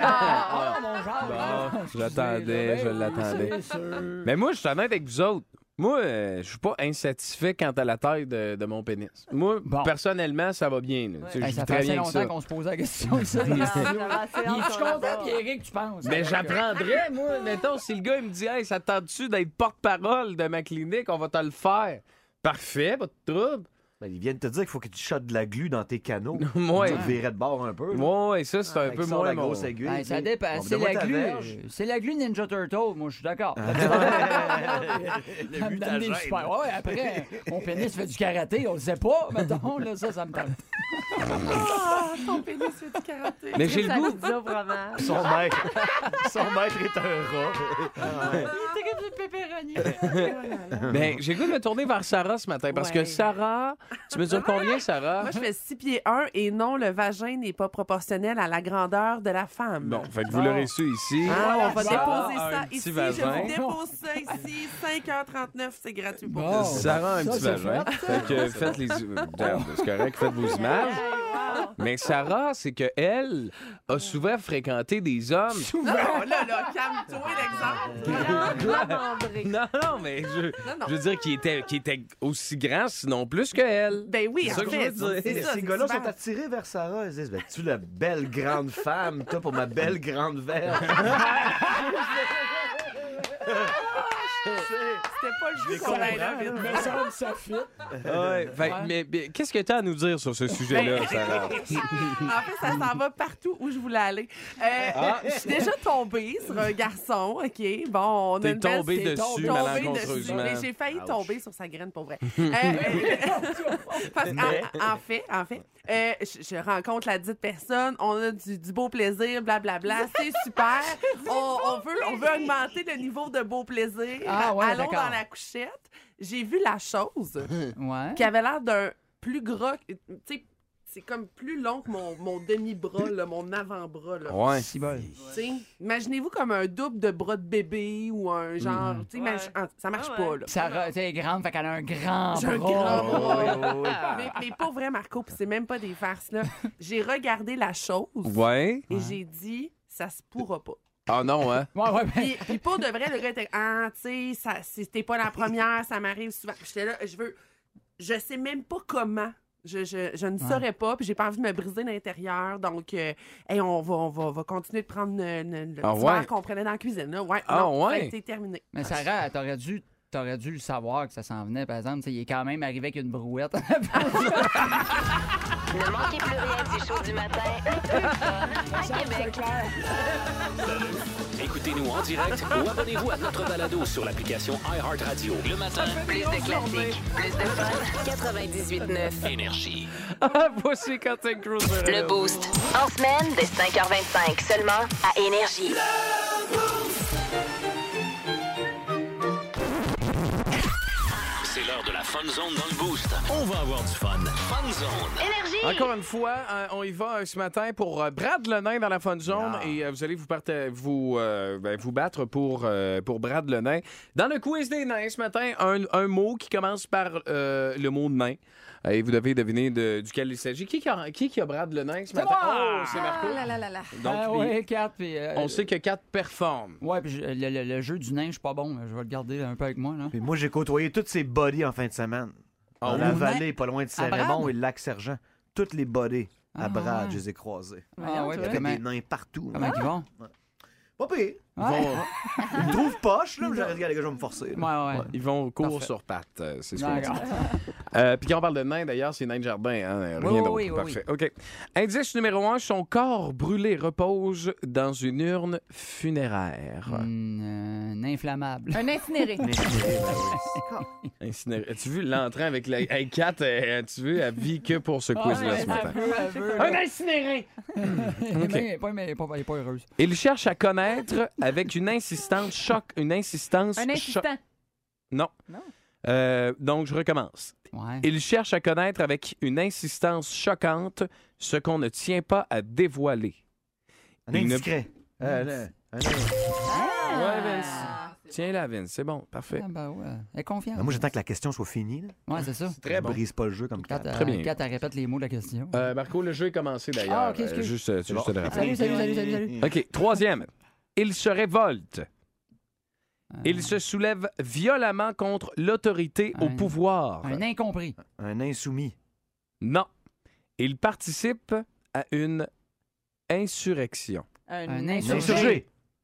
Speaker 4: Ah,
Speaker 6: mon
Speaker 3: Bon, je l'attendais, je l'attendais.
Speaker 6: ben sûr.
Speaker 3: Mais moi, je suis honnête avec vous autres. Moi, euh, je suis pas insatisfait quant à la taille de, de mon pénis. Moi,
Speaker 6: Bon.
Speaker 3: personnellement, ça va bien. là. Tu sais,
Speaker 6: Hey,
Speaker 3: je vis
Speaker 6: ça fait
Speaker 3: très
Speaker 6: assez
Speaker 3: bien que
Speaker 6: longtemps
Speaker 3: ça.
Speaker 6: qu'on se posait la question. Il
Speaker 4: non, j'avais assez hâte
Speaker 6: est
Speaker 4: qu'on en parle.
Speaker 6: content, Pierrick, tu penses?
Speaker 3: Mais
Speaker 6: hein?
Speaker 3: j'apprendrais, moi. Mettons, si le gars il me dit Hey, ça te tente-tu d'être porte-parole de ma clinique, on va te le faire. Parfait, pas de trouble.
Speaker 5: ben, ils viennent te dire qu'il faut que tu shottes de la glu dans tes canaux.
Speaker 3: Moi,
Speaker 5: Tu te virais de bord un peu. là.
Speaker 3: moi, et ça, c'est un
Speaker 5: Fait
Speaker 3: peu
Speaker 5: qu'il sort
Speaker 3: moins
Speaker 5: la
Speaker 3: mon.
Speaker 5: grosse aiguille.
Speaker 6: Ben,
Speaker 5: tu
Speaker 6: ça
Speaker 5: sais.
Speaker 6: dépend.
Speaker 5: Bon,
Speaker 6: C'est
Speaker 5: donne-moi
Speaker 6: la
Speaker 5: ta
Speaker 6: glu.
Speaker 5: verge.
Speaker 6: euh, C'est la glu Ninja Turtle, moi, je suis d'accord.
Speaker 5: Le but,
Speaker 6: Ça me
Speaker 5: Ah. ta
Speaker 6: donne des
Speaker 5: gêne.
Speaker 6: super- Ouais, après, mon pénis fait du karaté, on le sait pas, mettons, là, ça, ça me tente.
Speaker 4: Ah, ton pénis fait du karaté.
Speaker 3: Mais j'ai le
Speaker 4: Ça
Speaker 3: goût.
Speaker 4: te dit au fromage.
Speaker 5: Son
Speaker 6: Ah.
Speaker 5: maître, son maître est un rat.
Speaker 4: C'est comme une pepperoni. Moi,
Speaker 3: Ben, j'ai le goût de me tourner vers Sarah ce matin parce que
Speaker 10: Ouais.
Speaker 3: Sarah, tu me dis combien, Sarah?
Speaker 10: Moi, je fais 6 pieds 1 et non, le vagin n'est pas proportionnel à la grandeur de la femme.
Speaker 3: Bon, fait que vous l'aurez su ici.
Speaker 10: Hein, on va
Speaker 3: Sarah
Speaker 10: déposer
Speaker 3: a un
Speaker 10: ça
Speaker 3: petit
Speaker 10: ici.
Speaker 3: vagin.
Speaker 10: Je vous dépose ça ici. 5h39, c'est gratuit pour
Speaker 6: Bon.
Speaker 10: vous.
Speaker 3: Oh, Sarah a un
Speaker 6: Ça,
Speaker 3: petit
Speaker 6: c'est
Speaker 3: vagin. Fait que faites les. Regarde, C'est correct, faites vos images. Mais Sarah, c'est que elle a souvent fréquenté des hommes.
Speaker 10: Non, là, là, calme-toi, l'exemple.
Speaker 3: Non, non, mais je,
Speaker 10: non.
Speaker 3: je veux dire qu'il était, qu'il était aussi grand, sinon plus que elle.
Speaker 10: Ben oui,
Speaker 3: C'est ça
Speaker 10: en
Speaker 3: que je
Speaker 10: fait.
Speaker 3: veux dire.
Speaker 10: c'est ça,
Speaker 5: Ces
Speaker 10: c'est
Speaker 5: gars-là
Speaker 10: super.
Speaker 5: sont attirés vers Sarah. Ils disent ben, Tu la belle grande femme, toi, pour ma belle grande verge.
Speaker 10: C'était pas le jeu
Speaker 3: Je
Speaker 10: qu'on
Speaker 3: comprends,
Speaker 10: allait
Speaker 3: là.
Speaker 10: vite.
Speaker 3: Me semble
Speaker 6: ça fit.
Speaker 3: Ouais, fait- mais, mais qu'est-ce que tu as à nous dire sur ce sujet-là,
Speaker 10: Ben-
Speaker 3: Sarah?
Speaker 10: en fait, ça s'en va partout où je voulais aller. Euh,
Speaker 3: Ah.
Speaker 10: Je suis déjà tombée sur un garçon, OK? Bon, on
Speaker 3: T'es
Speaker 10: a une belle-
Speaker 3: tombée
Speaker 10: t'es
Speaker 3: dessus,
Speaker 10: tombée
Speaker 3: malencontreusement.
Speaker 10: dessus, Mais j'ai failli
Speaker 3: Ouch.
Speaker 10: tomber sur sa graine, pour vrai. Euh, euh, parce qu'en-
Speaker 3: Mais-
Speaker 10: en, fait, en fait, euh, je, je rencontre la dite personne, on a du, du beau plaisir, blablabla, c'est super. On, on veut, on veut augmenter le niveau de beau plaisir.
Speaker 6: Ah ouais,
Speaker 10: Allons
Speaker 6: d'accord.
Speaker 10: dans la couchette. J'ai vu la chose
Speaker 6: Ouais.
Speaker 10: qui avait l'air d'un plus gras. que- Tu sais, c'est comme plus long que mon, mon demi-bras, là, mon avant-bras. là.
Speaker 3: Ouais.
Speaker 10: Tu sais, Imaginez-vous comme un double de bras de bébé ou un genre.
Speaker 6: Mhm.
Speaker 10: tu sais, imagi- ah, Ça marche pas. Là.
Speaker 6: Sarah, tu sais, elle est grande, fait qu'elle a un grand
Speaker 10: J'ai un
Speaker 6: bras.
Speaker 10: grand
Speaker 6: Ah
Speaker 10: bras.
Speaker 6: Oui, oui, oui.
Speaker 4: Ah.
Speaker 10: mais, mais pour vrai, Marco, puis c'est même pas des farces. là. J'ai regardé la chose
Speaker 3: Ouais.
Speaker 10: et j'ai dit, ça se pourra pas.
Speaker 3: Ah non, hein?
Speaker 6: ben.
Speaker 10: Puis, puis pour de vrai, le gars était Ah, tu sais, ça- c'était pas la première, ça m'arrive souvent. Puis J'étais là, je veux. Je sais même pas comment. Je, je, je ne
Speaker 6: Ouais.
Speaker 10: saurais pas, puis j'ai pas envie de me briser l'intérieur. Donc, euh, hey, on, va, on, va, on va continuer de prendre le, le- le
Speaker 6: Ah
Speaker 10: petit
Speaker 6: ouais.
Speaker 10: verre qu'on prenait dans la cuisine. Là. Ouais,
Speaker 6: Ah
Speaker 10: non,
Speaker 6: ouais.
Speaker 10: fait que C'est terminé.
Speaker 6: Mais Sarah, t'aurais dû, t'aurais dû le savoir que ça s'en venait, par exemple. Tu sais, il est quand même arrivé avec une brouette.
Speaker 1: Ne manquez plus rien du show du matin, le plus fun à Québec.
Speaker 2: Écoutez-nous en direct ou abonnez-vous à notre balado sur l'application iHeartRadio. Le matin,
Speaker 1: Plus de classiques, plus de fun. 98.9.
Speaker 2: énergie.
Speaker 3: Voici Quentin Cruz.
Speaker 1: Le Boost. En semaine, dès 5h25, seulement à Énergie.
Speaker 2: C'est l'heure de la Fun Zone dans le Boost. On va avoir du fun. Fun Zone.
Speaker 1: Énergie.
Speaker 3: Encore une fois, euh, on y va euh, ce matin pour euh, Brad Lenain dans la Fun Zone et euh, vous allez vous, parta- vous, euh, ben, vous battre pour, euh, pour Brad Lenain. Dans le quiz des nains ce matin, un, un mot qui commence par euh, le mot nain. Euh, Et vous devez deviner de- duquel il s'agit. Qui, qui a, qui qui a Brad Lenain ce matin? Oh, c'est Marco.
Speaker 10: Ah, là, là, là, là.
Speaker 3: Donc,
Speaker 6: Ah
Speaker 3: puis-
Speaker 6: ouais, quatre, puis, euh,
Speaker 3: On sait que 4 performe.
Speaker 6: Ouais, puis je- le, le- le jeu du nain, je suis pas bon. Je vais le garder un peu avec moi, là.
Speaker 5: Puis moi, j'ai côtoyé toutes ces bodies en fin de semaine. Dans
Speaker 6: Ah
Speaker 5: la
Speaker 6: oui?
Speaker 5: vallée, pas loin de
Speaker 6: À
Speaker 5: Saint-Raymond
Speaker 6: Brad?
Speaker 5: et le lac Sergent. Toutes les bodies à
Speaker 6: Ah,
Speaker 5: Brad,
Speaker 6: ouais.
Speaker 5: je les ai croisées.
Speaker 6: Ah ouais,
Speaker 5: Il y
Speaker 6: puis
Speaker 5: avait
Speaker 6: comment-
Speaker 5: des nains partout.
Speaker 6: Comment ils vont?
Speaker 5: Pas pire.
Speaker 6: Ouais.
Speaker 5: Ils me trouvent poche, là, mais j'aurais dit, regarde, les gars, je vais me forcer. là.
Speaker 6: Ouais, ouais.
Speaker 3: Ils vont court
Speaker 6: Parfait.
Speaker 3: sur pattes, euh, c'est ce qu'on dit.
Speaker 6: D'accord.
Speaker 3: Euh, Puis quand on parle de nains, d'ailleurs, c'est nains de jardin, hein, rien
Speaker 6: Oui, oui,
Speaker 3: d'autre.
Speaker 6: oui, oui,
Speaker 3: Parfait. OK. Indice numéro un, son corps brûlé repose dans une urne funéraire.
Speaker 6: euh, Un inflammable.
Speaker 11: Un incinéré.
Speaker 3: Incinéré. As-tu vu l'entrée avec la hey, Kat, euh, as-tu vu, elle vit que pour ce
Speaker 6: Ah,
Speaker 3: quiz-là ce matin.
Speaker 6: Un
Speaker 11: incinéré.
Speaker 6: Elle est bien- elle est pas- elle est pas- elle est pas heureuse.
Speaker 3: Il cherche à connaître avec une insistance choc, une insistance
Speaker 11: Un
Speaker 3: choc.
Speaker 11: insistant.
Speaker 3: Non.
Speaker 11: Non.
Speaker 3: Euh, donc, je recommence. Il cherche à connaître avec une insistance choquante ce qu'on ne tient pas à dévoiler.
Speaker 5: Un
Speaker 3: Il ne- Mm.
Speaker 5: indiscret. Euh, là, un
Speaker 6: Ah.
Speaker 3: Ouais, ben, Vince. Tiens-la, Vince. C'est bon. Parfait.
Speaker 6: Ah, ben ouais. Elle est confiante.
Speaker 5: Ah, Moi, j'attends que la question soit finie. là.
Speaker 6: Ouais, c'est ça.
Speaker 3: très
Speaker 5: Je
Speaker 3: bon.
Speaker 5: brise pas le jeu comme quatre.
Speaker 6: Euh,
Speaker 3: Très bien.
Speaker 6: Kat, elle répète les mots de la question.
Speaker 3: Euh, Marco, le jeu est commencé d'ailleurs.
Speaker 6: Ah, ok,
Speaker 3: Euh,
Speaker 6: excuse.
Speaker 3: juste, euh,
Speaker 6: C'est
Speaker 3: juste
Speaker 6: bon.
Speaker 3: de le rappeler.
Speaker 6: Salut, salut, salut, salut, salut.
Speaker 3: OK. Troisième. Il se révolte.
Speaker 6: Ah.
Speaker 3: Il se soulève violemment contre l'autorité au pouvoir.
Speaker 6: Un incompris.
Speaker 5: Un insoumis.
Speaker 3: Non. Il participe à une insurrection.
Speaker 4: Un,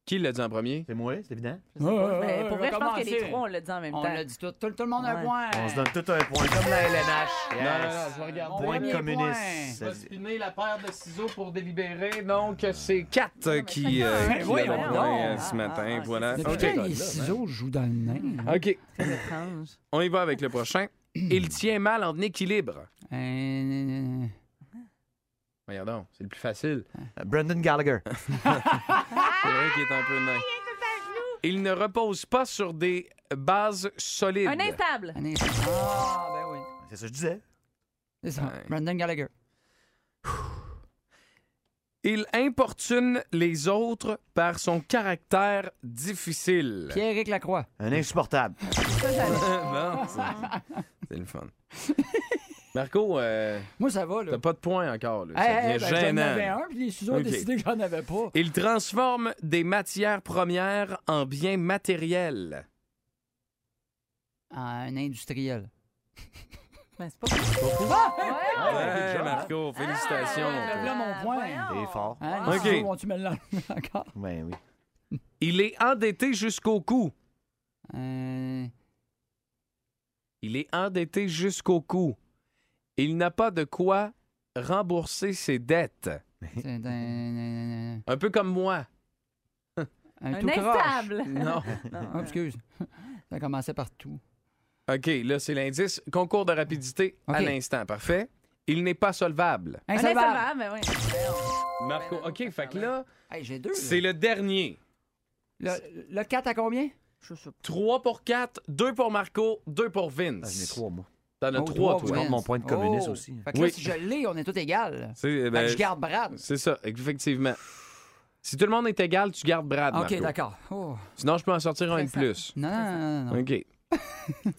Speaker 3: Qui l'a dit en premier?
Speaker 5: C'est moi, c'est évident.
Speaker 4: Mais pour vrai, je pense que les trois, on l'a dit en même
Speaker 6: On
Speaker 4: temps.
Speaker 6: l'a dit tout. Tout, tout le monde a un
Speaker 4: Ouais.
Speaker 6: point.
Speaker 5: On se donne tout un point, comme la LNH. Yes.
Speaker 3: regarder.
Speaker 5: Point de
Speaker 6: Premier
Speaker 5: communiste.
Speaker 3: va spinner la paire de ciseaux pour délibérer. Donc,
Speaker 5: Ah.
Speaker 3: c'est 4 qui, euh,
Speaker 6: Ben
Speaker 3: qui
Speaker 6: voyons
Speaker 3: l'ont
Speaker 6: donc.
Speaker 3: gagné, euh, ce
Speaker 5: ah,
Speaker 3: matin. voilà.
Speaker 6: Depuis
Speaker 3: OK.
Speaker 6: quand les ciseaux jouent dans le nain?
Speaker 3: OK. On y va avec le prochain. Il tient mal en équilibre.
Speaker 6: Euh,
Speaker 3: Regardons, c'est le plus facile.
Speaker 5: Euh, Brendan Gallagher.
Speaker 3: C'est vrai qu'il est un peu nain. Il ne repose pas sur des bases solides.
Speaker 11: Un instable.
Speaker 6: un instant. Ah, ben oui.
Speaker 5: C'est ça que je disais.
Speaker 6: C'est ça.
Speaker 3: Ouais.
Speaker 6: Brandon Gallagher.
Speaker 3: Il importune les autres par son caractère difficile.
Speaker 6: Pierre-Éric Lacroix.
Speaker 5: Un insupportable.
Speaker 4: Ah.
Speaker 3: Bon, c'est- c'est le fun. Marco, euh,
Speaker 6: Moi, ça va, là.
Speaker 3: t'as pas de points encore. là.
Speaker 6: Hey,
Speaker 3: Ça
Speaker 6: hey,
Speaker 3: devient
Speaker 6: ben, J'en avais
Speaker 3: gênant.
Speaker 6: un, puis les ciseaux
Speaker 3: Ok.
Speaker 6: ont décidé que j'en avais pas.
Speaker 3: Il transforme des matières premières en biens matériels.
Speaker 6: Un industriel.
Speaker 4: Ben, c'est pas
Speaker 6: Ah!
Speaker 3: Ouais, Marco, félicitations.
Speaker 6: Là, Ah, ben mon point.
Speaker 5: Il est fort.
Speaker 6: Hein,
Speaker 3: Wow.
Speaker 6: Les ciseaux
Speaker 3: Ah. Ok.
Speaker 6: vont-tu me l'enlever encore?
Speaker 5: Ben oui.
Speaker 3: Il est endetté jusqu'au cou.
Speaker 6: Euh,
Speaker 3: Il est endetté jusqu'au cou. Il n'a pas de quoi rembourser ses dettes.
Speaker 6: c'est un-
Speaker 3: Un peu comme moi.
Speaker 6: un
Speaker 4: Un
Speaker 6: tout croche.
Speaker 4: instable.
Speaker 3: Non.
Speaker 6: Ah, excuse. Ça a commencé par tout.
Speaker 3: OK, là, c'est l'indice. Concours de rapidité à
Speaker 6: OK. Hein?
Speaker 3: l'instant. Parfait. Il n'est pas solvable.
Speaker 4: Un
Speaker 6: Insolvable.
Speaker 4: insolvable, mais oui.
Speaker 3: Marco, OK, fait que là,
Speaker 6: Hey, j'ai deux. là.
Speaker 3: c'est le dernier.
Speaker 6: Le, le 4 à combien?
Speaker 3: 3 pour 4, 2 pour Marco, 2 pour Vince.
Speaker 5: Ah, J'en ai trois, moi.
Speaker 3: T'en as
Speaker 6: Oh,
Speaker 3: 3,
Speaker 6: trois,
Speaker 3: toi.
Speaker 6: oui.
Speaker 5: Mon point de communiste
Speaker 6: Oh.
Speaker 5: aussi.
Speaker 6: Fait que
Speaker 3: Oui.
Speaker 6: là, si je l'ai, on est tous égal.
Speaker 3: C'est,
Speaker 6: Fait
Speaker 3: ben,
Speaker 6: que je garde Brad.
Speaker 3: c'est ça, effectivement. Si tout le monde est égal, tu gardes Brad,
Speaker 6: OK,
Speaker 3: Marco.
Speaker 6: d'accord. Oh.
Speaker 3: Sinon, je peux en sortir un de
Speaker 4: ça.
Speaker 3: plus.
Speaker 6: Non, non, non, non. non.
Speaker 3: OK.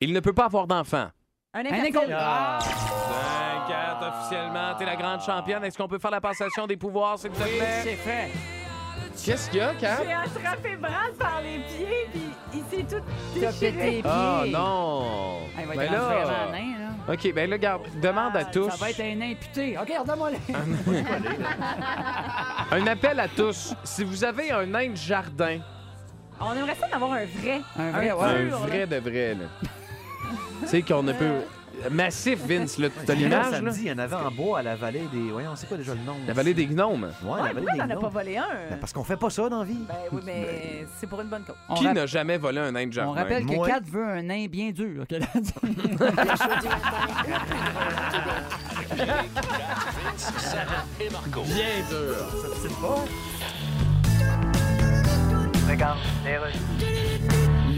Speaker 3: Il ne peut pas avoir d'enfant.
Speaker 4: Un
Speaker 6: Un
Speaker 4: infertile.
Speaker 6: école. Ah!
Speaker 3: 5-4 officiellement, t'es la grande championne. Est-ce qu'on peut faire la passation des pouvoirs, s'il te plaît?
Speaker 6: C'est fait.
Speaker 3: Qu'est-ce qu'il y a, Kat?
Speaker 4: J'ai attrapé Brad par les pieds, puis il s'est tout
Speaker 6: T'as pété les pieds.
Speaker 4: déchiré.
Speaker 3: Oh non!
Speaker 6: Ah, Il va
Speaker 3: Ben
Speaker 6: être
Speaker 3: là-
Speaker 6: rendu vraiment nain, là. Ah,
Speaker 3: OK, ben là, garde, demande à tous.
Speaker 6: Ça va être un imputé. OK, regarde-moi là.
Speaker 3: Un appel à tous. Si vous avez un nain de jardin,
Speaker 4: On aimerait ça d'avoir un vrai.
Speaker 6: Un vrai, ouais.
Speaker 3: un
Speaker 4: pur,
Speaker 3: vrai de vrai, là. tu sais qu'on ne peut. Massif, Vince, là. T'as l'image, là?
Speaker 5: Samedi, il y en avait en bois à la vallée des. Voyons, on sait quoi déjà le nom.
Speaker 3: La vallée des gnomes.
Speaker 5: Ouais,
Speaker 4: Ouais,
Speaker 5: la
Speaker 4: pourquoi
Speaker 5: vallée
Speaker 4: t'en
Speaker 5: des
Speaker 4: as pas
Speaker 5: gnomes.
Speaker 4: volé un?
Speaker 5: Ben, Parce qu'on fait pas ça dans la vie.
Speaker 4: Ah, Ben oui, mais c'est pour une bonne cause.
Speaker 6: On,
Speaker 3: Qui
Speaker 6: rap-
Speaker 3: n'a jamais volé un nain de
Speaker 6: on
Speaker 3: jardin?
Speaker 6: rappelle que
Speaker 5: Moi.
Speaker 6: Kat veut un nain bien dur. OK, là,
Speaker 2: Sarah et Marco.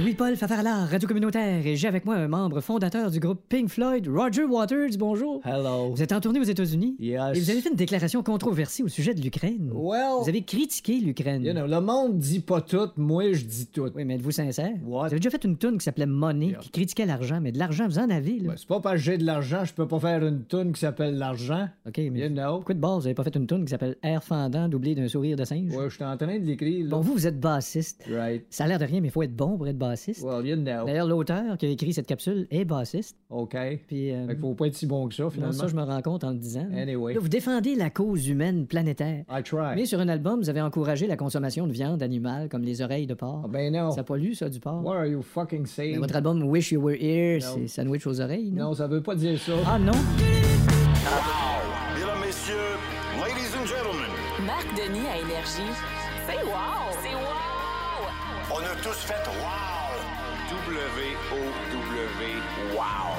Speaker 7: Louis-Paul Favarlard, Radio Communautaire, et j'ai avec moi un membre fondateur du groupe Pink Floyd, Roger Waters. Bonjour.
Speaker 8: Hello.
Speaker 7: Vous êtes en tournée aux États-Unis
Speaker 8: Yes.
Speaker 7: et vous avez fait une déclaration controversée au sujet de l'Ukraine.
Speaker 8: Well,
Speaker 7: Vous avez critiqué l'Ukraine.
Speaker 8: you know, le monde dit pas tout, moi je dis tout.
Speaker 7: Oui, mais êtes-vous sincère? Vous
Speaker 8: What?
Speaker 7: avez déjà fait une toune qui s'appelait Money, qui critiquait l'argent, mais de l'argent, vous en avez, là.
Speaker 8: Ben, c'est pas parce que j'ai de l'argent, je peux pas faire une toune qui s'appelle l'argent.
Speaker 7: OK, mais
Speaker 8: You know.
Speaker 7: pourquoi de base, vous avez pas fait une toune qui s'appelle Air fendant, doublé d'un sourire de singe?
Speaker 8: Ouais, je suis en train de l'écrire, là.
Speaker 7: Bon, vous, vous êtes bassiste.
Speaker 8: Right.
Speaker 7: Ça a l'air de rien, mais il faut être bon pour être bassiste.
Speaker 8: Well, you know.
Speaker 7: D'ailleurs, l'auteur qui a écrit cette capsule est bassiste.
Speaker 8: OK. Fait
Speaker 7: Puis, euh,
Speaker 8: qu'il faut pas être si bon que ça,
Speaker 7: non,
Speaker 8: finalement.
Speaker 7: ça, je me rends compte en le disant.
Speaker 8: Anyway.
Speaker 7: Là, vous défendez la cause humaine planétaire.
Speaker 8: I try.
Speaker 7: Mais sur un album, vous avez encouragé la consommation de viande animale, comme les oreilles de porc.
Speaker 8: Ah, ben non.
Speaker 7: Ça pollue, ça, du porc.
Speaker 8: What are you fucking saying?
Speaker 7: Mais votre album Wish You Were Here, c'est sandwich aux oreilles, non?
Speaker 8: Non, ça veut pas dire ça.
Speaker 7: Ah non?
Speaker 9: Mesdames, messieurs, ladies and gentlemen,
Speaker 1: Marc Denis à Énergie. C'est wow! C'est wow!
Speaker 9: on a tous fait wow! W-O-W, wow!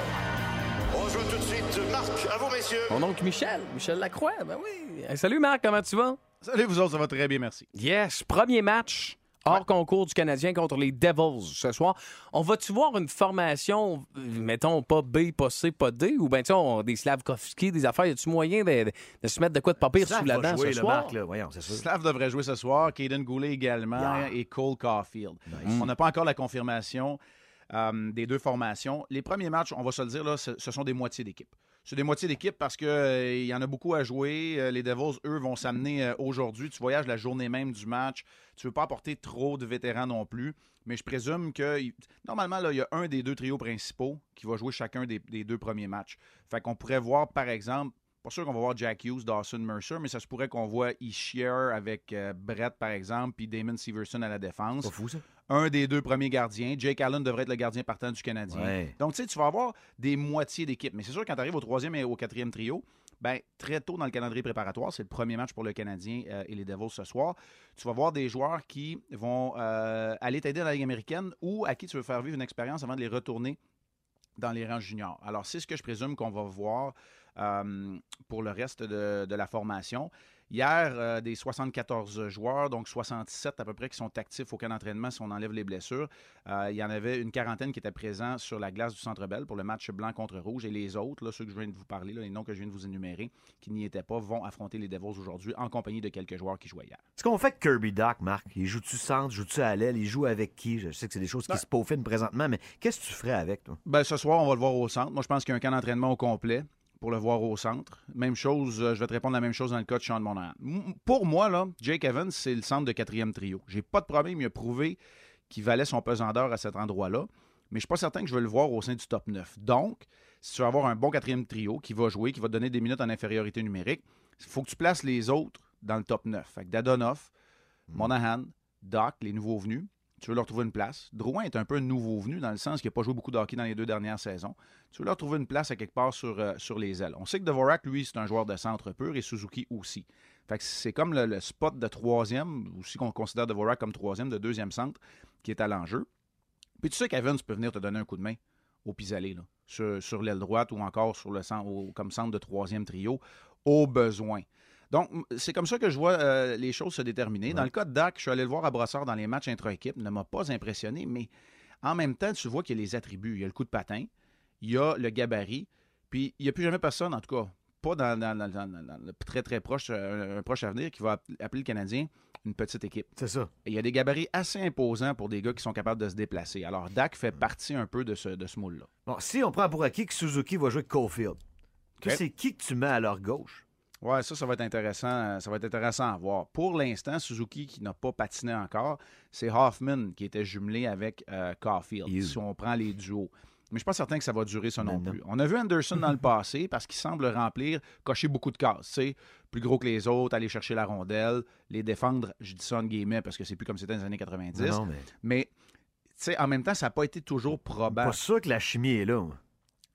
Speaker 9: Bonjour tout de suite, Marc, à vous, messieurs!
Speaker 3: Mon oncle Michel, Michel Lacroix, ben oui. Hey, salut Marc, comment tu vas?
Speaker 11: Salut, vous autres, ça va très bien, merci.
Speaker 3: Yes, premier match hors concours du Canadien contre les Devils ce soir. On va-tu voir une formation, euh, mettons, pas B, pas C, pas D, ou bien, tu sais, on- des Slavkovski, des affaires, y a-tu moyen de, de- de se mettre de quoi de papier sous
Speaker 5: Slav
Speaker 3: la
Speaker 5: va
Speaker 3: dent
Speaker 5: jouer,
Speaker 3: ce
Speaker 5: le
Speaker 3: soir?
Speaker 5: Marc, là. Voyons, c'est sûr.
Speaker 11: Slav devrait jouer ce soir, Caden Goulet également et Cole Caulfield. On n'a pas encore la confirmation euh, des deux formations. Les premiers matchs, on va se le dire, là, ce, ce sont des moitiés d'équipe. C'est des moitiés d'équipe parce qu'il y en a beaucoup à jouer. Euh, les Devils, eux, vont s'amener euh, aujourd'hui. Tu voyages la journée même du match. Tu ne veux pas apporter trop de vétérans non plus. Mais je présume que il- normalement, là, il y a un des deux trios principaux qui va jouer chacun des, des deux premiers matchs. Fait qu'on pourrait voir, par exemple, pas sûr qu'on va voir Jack Hughes, Dawson Mercer, mais ça se pourrait qu'on voit Ishier avec euh, Brett, par exemple, puis Damon Severson à la défense.
Speaker 5: Pas fou, ça?
Speaker 11: Un des deux premiers gardiens. Jake Allen devrait être le gardien partant du Canadien.
Speaker 5: Ouais.
Speaker 11: Donc, tu sais, tu vas avoir des moitiés d'équipe. Mais c'est sûr, quand tu arrives au troisième et au quatrième trio, ben, très tôt dans le calendrier préparatoire, c'est le premier match pour le Canadien euh, et les Devils ce soir, tu vas voir des joueurs qui vont euh, aller t'aider dans la Ligue américaine ou à qui tu veux faire vivre une expérience avant de les retourner dans les rangs juniors. Alors, c'est ce que je présume qu'on va voir euh, pour le reste de, de la formation. Hier, euh, des 74 joueurs, donc 67 à peu près, qui sont actifs au camp d'entraînement si on enlève les blessures. Euh, il y en avait une quarantaine qui étaient présents sur la glace du Centre Bell pour le match blanc contre rouge. Et les autres, là, ceux que je viens de vous parler, là, les noms que je viens de vous énumérer, qui n'y étaient pas, vont affronter les Devils aujourd'hui en compagnie de quelques joueurs qui jouaient hier.
Speaker 5: Ce qu'on fait avec Kirby Doc, Marc, il joue-tu centre, joue-tu à l'aile, il joue avec qui? Je sais que c'est des choses qui se peaufinent présentement, mais qu'est-ce que tu ferais avec, toi?
Speaker 11: Ben, ce soir, on va le voir au centre. Moi, je pense qu'il y a un camp d'entraînement au complet pour le voir au centre. Même chose, euh, je vais te répondre la même chose dans le cas de Sean Monahan. M- Pour moi, là, Jake Evans, c'est le centre de quatrième trio. J'ai pas de problème, il a prouvé qu'il valait son pesant d'or à cet endroit-là, mais je suis pas certain que je vais le voir au sein du top 9. Donc, si tu veux avoir un bon quatrième trio qui va jouer, qui va te donner des minutes en infériorité numérique, il faut que tu places les autres dans le top 9. Fait que Dadonoff, Monahan, Doc, les nouveaux venus, Tu veux leur trouver une place. Drouin est un peu un nouveau venu dans le sens qu'il n'a pas joué beaucoup de hockey dans les deux dernières saisons. Tu veux leur trouver une place à quelque part sur, euh, sur les ailes. On sait que Dvorak, lui, c'est un joueur de centre pur et Suzuki aussi. Fait que c'est comme le, le spot de troisième, ou si on considère Dvorak comme troisième, de deuxième centre, qui est à l'enjeu. Puis tu sais qu'Evans peut venir te donner un coup de main au pis-aller, là, sur, sur l'aile droite ou encore sur le centre, au- comme centre de troisième trio, au besoin. Donc, m- c'est comme ça que je vois euh, les choses se déterminer. Dans le cas de Dak, je suis allé le voir à Brossard dans les matchs intra-équipe, ne m'a pas impressionné, mais en même temps, tu vois qu'il y a les attributs. Il y a le coup de patin, il y a le gabarit, puis il n'y a plus jamais personne, en tout cas, pas dans, dans- dans- dans- dans le très, très proche, euh, un proche avenir, qui va app- appeler le Canadien une petite équipe.
Speaker 5: C'est ça.
Speaker 11: Il y a des gabarits assez imposants pour des gars qui sont capables de se déplacer. Alors, Dak fait partie un peu de ce, de ce moule-là.
Speaker 5: Mm. Bon, si on prend pour acquis que Suzuki va jouer avec Caulfield, que c'est qui que tu mets à leur gauche?
Speaker 11: Ouais, ça, ça va être intéressant. euh, Ça va être intéressant à voir. Pour l'instant, Suzuki qui n'a pas patiné encore, c'est Hoffman qui était jumelé avec euh, Caulfield. Si on prend les duos. Mais je suis pas certain que ça va durer ça non plus. On a vu Anderson dans le passé parce qu'il semble remplir, cocher beaucoup de cases. tu sais, Plus gros que les autres, aller chercher la rondelle, les défendre, je dis ça en guillemets parce que c'est plus comme c'était dans les années 90.
Speaker 5: Non, non, mais-
Speaker 11: mais tu sais, en même temps, ça n'a pas été toujours probable.
Speaker 5: Pas sûr que la chimie est là.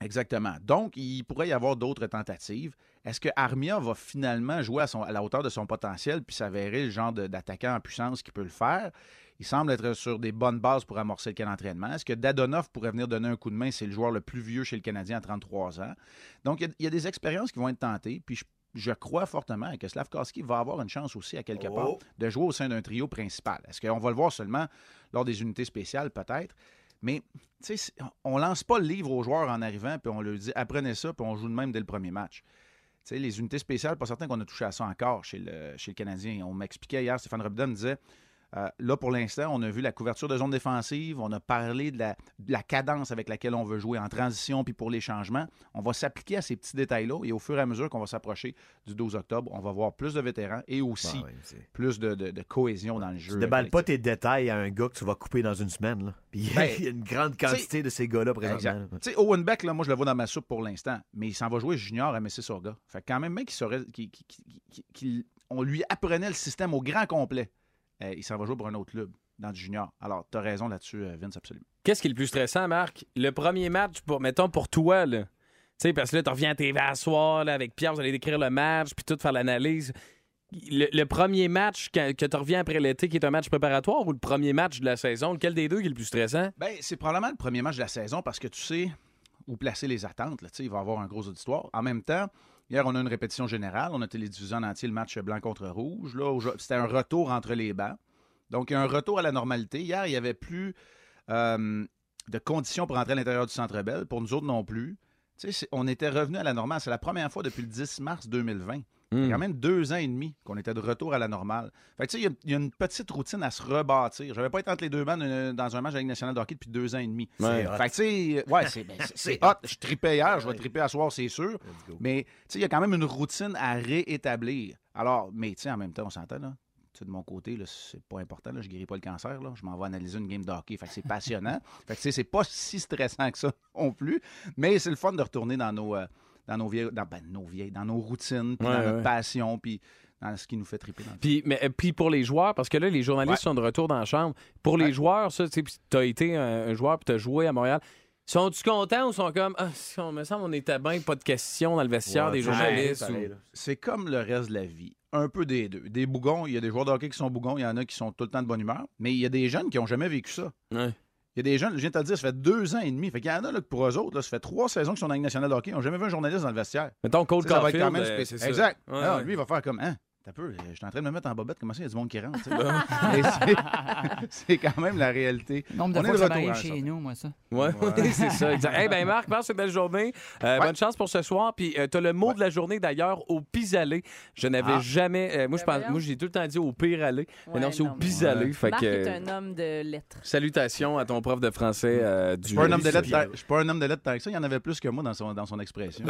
Speaker 11: Exactement. Donc, il pourrait y avoir d'autres tentatives. Est-ce que Armia va finalement jouer à, son- à la hauteur de son potentiel puis s'avérer le genre de- d'attaquant en puissance qui peut le faire? Il semble être sur des bonnes bases pour amorcer le camp d'entraînement. Est-ce que Dadonov pourrait venir donner un coup de main? C'est le joueur le plus vieux chez le Canadien à 33 ans. Donc, il y a- il y, a des expériences qui vont être tentées. Puis, je, je crois fortement que Slavkovski va avoir une chance aussi, à quelque part, de jouer au sein d'un trio principal. Est-ce qu'on va le voir seulement lors des unités spéciales, peut-être? Mais, tu sais, c'est- on lance pas le livre aux joueurs en arrivant, puis on leur dit apprenez ça, puis on joue de même dès le premier match. Tu sais, les unités spéciales, pas certain qu'on a touché à ça encore chez le, chez le Canadien. On m'expliquait hier, Stéphane Robida me disait euh, là, pour l'instant, on a vu la couverture de zone défensive, on a parlé de la, de la cadence avec laquelle on veut jouer en transition, puis pour les changements. On va s'appliquer à ces petits détails-là, et au fur et à mesure qu'on va s'approcher du 12 octobre, on va voir plus de vétérans et aussi
Speaker 5: Ouais, ouais, c'est-
Speaker 11: plus de, de- de cohésion dans le jeu.
Speaker 5: Tu déballes pas tes détails à un gars que tu vas couper dans une semaine. là. Puis il y a-
Speaker 11: Ben,
Speaker 5: il y a une grande
Speaker 11: tu sais-
Speaker 5: quantité de ces gars-là présentement.
Speaker 11: Exact. Tu sais, Owen Beck, là, moi, je le vois dans ma soupe pour l'instant, mais il s'en va jouer junior à Mississauga. Fait que quand même, mec, il saurait- qui- qui- qui- qui- qui- on lui apprenait le système au grand complet. Euh, il s'en va jouer pour un autre club dans du junior. Alors, t'as raison là-dessus, euh, Vince, absolument.
Speaker 3: Qu'est-ce qui est le plus stressant, Marc? Le premier match, pour, mettons, pour toi, là. Tu sais, parce que là, tu reviens à TV à soir, là, avec Pierre, vous allez décrire le match, puis tout, faire l'analyse. Le, le premier match que, tu reviens après l'été, qui est un match préparatoire, ou le premier match de la saison, lequel des deux qui est le plus stressant?
Speaker 11: Ben, c'est probablement le premier match de la saison parce que tu sais où placer les attentes. là. Tu sais, il va y avoir un gros auditoire. En même temps, hier, on a une répétition générale. On a télédiffusé en entier le match blanc contre rouge. Là, aujourd'hui, c'était un retour entre les bancs. Donc, il y a un retour à la normalité. Hier, il n'y avait plus euh, de conditions pour entrer à l'intérieur du Centre Bell. Pour nous autres non plus. Tu sais, c'est- on était revenu à la normale. C'est la première fois depuis le 10 mars 2020. Il y a quand même deux ans et demi qu'on était de retour à la normale. Fait que, tu sais, il y a- il y, a une petite routine à se rebâtir. J'avais pas été entre les deux bancs d'une- dans un match avec National de hockey depuis deux ans et demi.
Speaker 3: Ouais.
Speaker 11: Fait que, tu sais, ouais, c'est ben, c'est- c'est hot. Je tripais hier, je vais triper à soir, c'est sûr. Mais, tu sais, il y a quand même une routine à réétablir. Alors, mais, tu sais, en même temps, on s'entend, là. Tu sais, de mon côté, là, c'est pas important. Là, je guéris pas le cancer. Là. Je m'en vais analyser une game de hockey. Fait que c'est passionnant. fait que, tu sais, c'est pas si stressant que ça non plus. Mais c'est le fun de retourner dans nos, euh, dans nos, vieilles, dans, ben, nos vieilles, dans nos routines, puis
Speaker 3: Ouais,
Speaker 11: dans notre
Speaker 3: ouais.
Speaker 11: passion, puis dans ce qui nous fait triper. Dans le
Speaker 3: Puis, mais, euh, puis pour les joueurs, parce que là, les journalistes sont de retour dans la chambre. Pour les joueurs, ça, tu as été un, un joueur puis tu as joué à Montréal. Sont-tu contents ou sont comme, ah, si on me semble, on était bien, pas de questions dans le vestiaire des journalistes? ou-
Speaker 11: C'est comme le reste de la vie. Un peu des deux. Des bougons, il y a des joueurs de hockey qui sont bougons, il y en a qui sont tout le temps de bonne humeur, mais il y a des jeunes qui n'ont jamais vécu ça. Il y a des jeunes, je viens de te le dire, ça fait deux ans et demi. Fait qu'il y en a là, que pour eux autres, là, ça fait trois saisons qu'ils sont dans la Ligue nationale de hockey, ils n'ont jamais vu un journaliste dans le vestiaire.
Speaker 3: Mettons Cole
Speaker 11: Tu sais, ça va être quand
Speaker 3: Caulfield,
Speaker 11: même
Speaker 3: euh,
Speaker 11: spécial.
Speaker 3: c'est ça.
Speaker 11: Exact.
Speaker 3: Ouais,
Speaker 11: Ah,
Speaker 3: ouais.
Speaker 11: Lui, il va faire comme, hein, t'as peu, je suis en train de me mettre en bobette, comment ça, il y a du monde qui rentre. tu sais? Mais c'est- c'est quand même la réalité.
Speaker 6: Nombre de
Speaker 11: On est de
Speaker 6: fois que ça
Speaker 11: retour,
Speaker 6: m'arrive
Speaker 11: hein,
Speaker 6: chez nous, moi, ça.
Speaker 3: Ouais, c'est ça, exact. Eh ben Marc, passe une belle journée. Euh, Bonne chance pour ce soir. Puis tu as le mot de la journée d'ailleurs au pis-aller. Je n'avais
Speaker 4: Ah.
Speaker 3: jamais. euh, moi, je pense, moi, j'ai tout le temps dit au pire aller. mais non, c'est au pis-aller. Fait
Speaker 4: Marc
Speaker 3: que,
Speaker 4: est un homme de lettres.
Speaker 3: Salutations à ton prof de français euh, du.
Speaker 11: Je suis pas un homme de lettres
Speaker 3: lycée.
Speaker 11: tant- je suis pas un homme de lettres tant que ça. Il y en avait plus que moi dans son, dans son expression.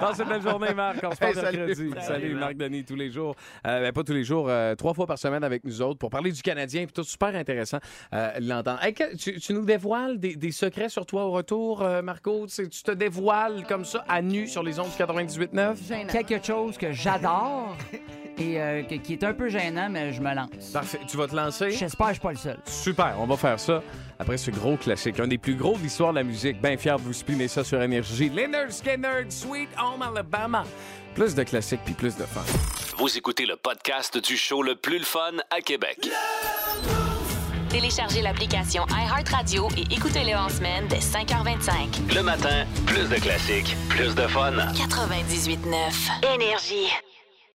Speaker 3: Passe une belle journée, Marc. On se parle
Speaker 11: Hey, salut.
Speaker 3: mercredi. Salut,
Speaker 11: Salut,
Speaker 3: Marc Denis, tous les jours. Euh, ben, pas tous les jours, euh, trois fois par semaine avec nous autres pour parler du Canadien. Puis tout super intéressant euh, de l'entendre. Hey, que- tu, tu nous dévoiles des, des secrets sur toi au retour, euh, Marco? Tu sais, tu te dévoiles comme ça à nu sur les ondes du 98.9?
Speaker 6: Quelque chose que j'adore, et euh, que- qui est un peu gênant, mais je me lance.
Speaker 3: Parfait. Tu vas te lancer?
Speaker 6: J'espère que je suis pas le seul.
Speaker 3: Super, on va faire ça après ce gros classique. Un des plus gros de l'histoire de la musique. Bien fier de vous spinner ça sur Énergie. Leonard Skinner, Sweet Home Alabama. Plus de classiques puis plus de fun.
Speaker 2: Vous écoutez le podcast du show le plus le fun à Québec.
Speaker 1: Téléchargez l'application iHeartRadio et écoutez-le en semaine dès 5h25.
Speaker 2: Le matin, plus de classiques, plus de fun.
Speaker 1: 98.9 Énergie.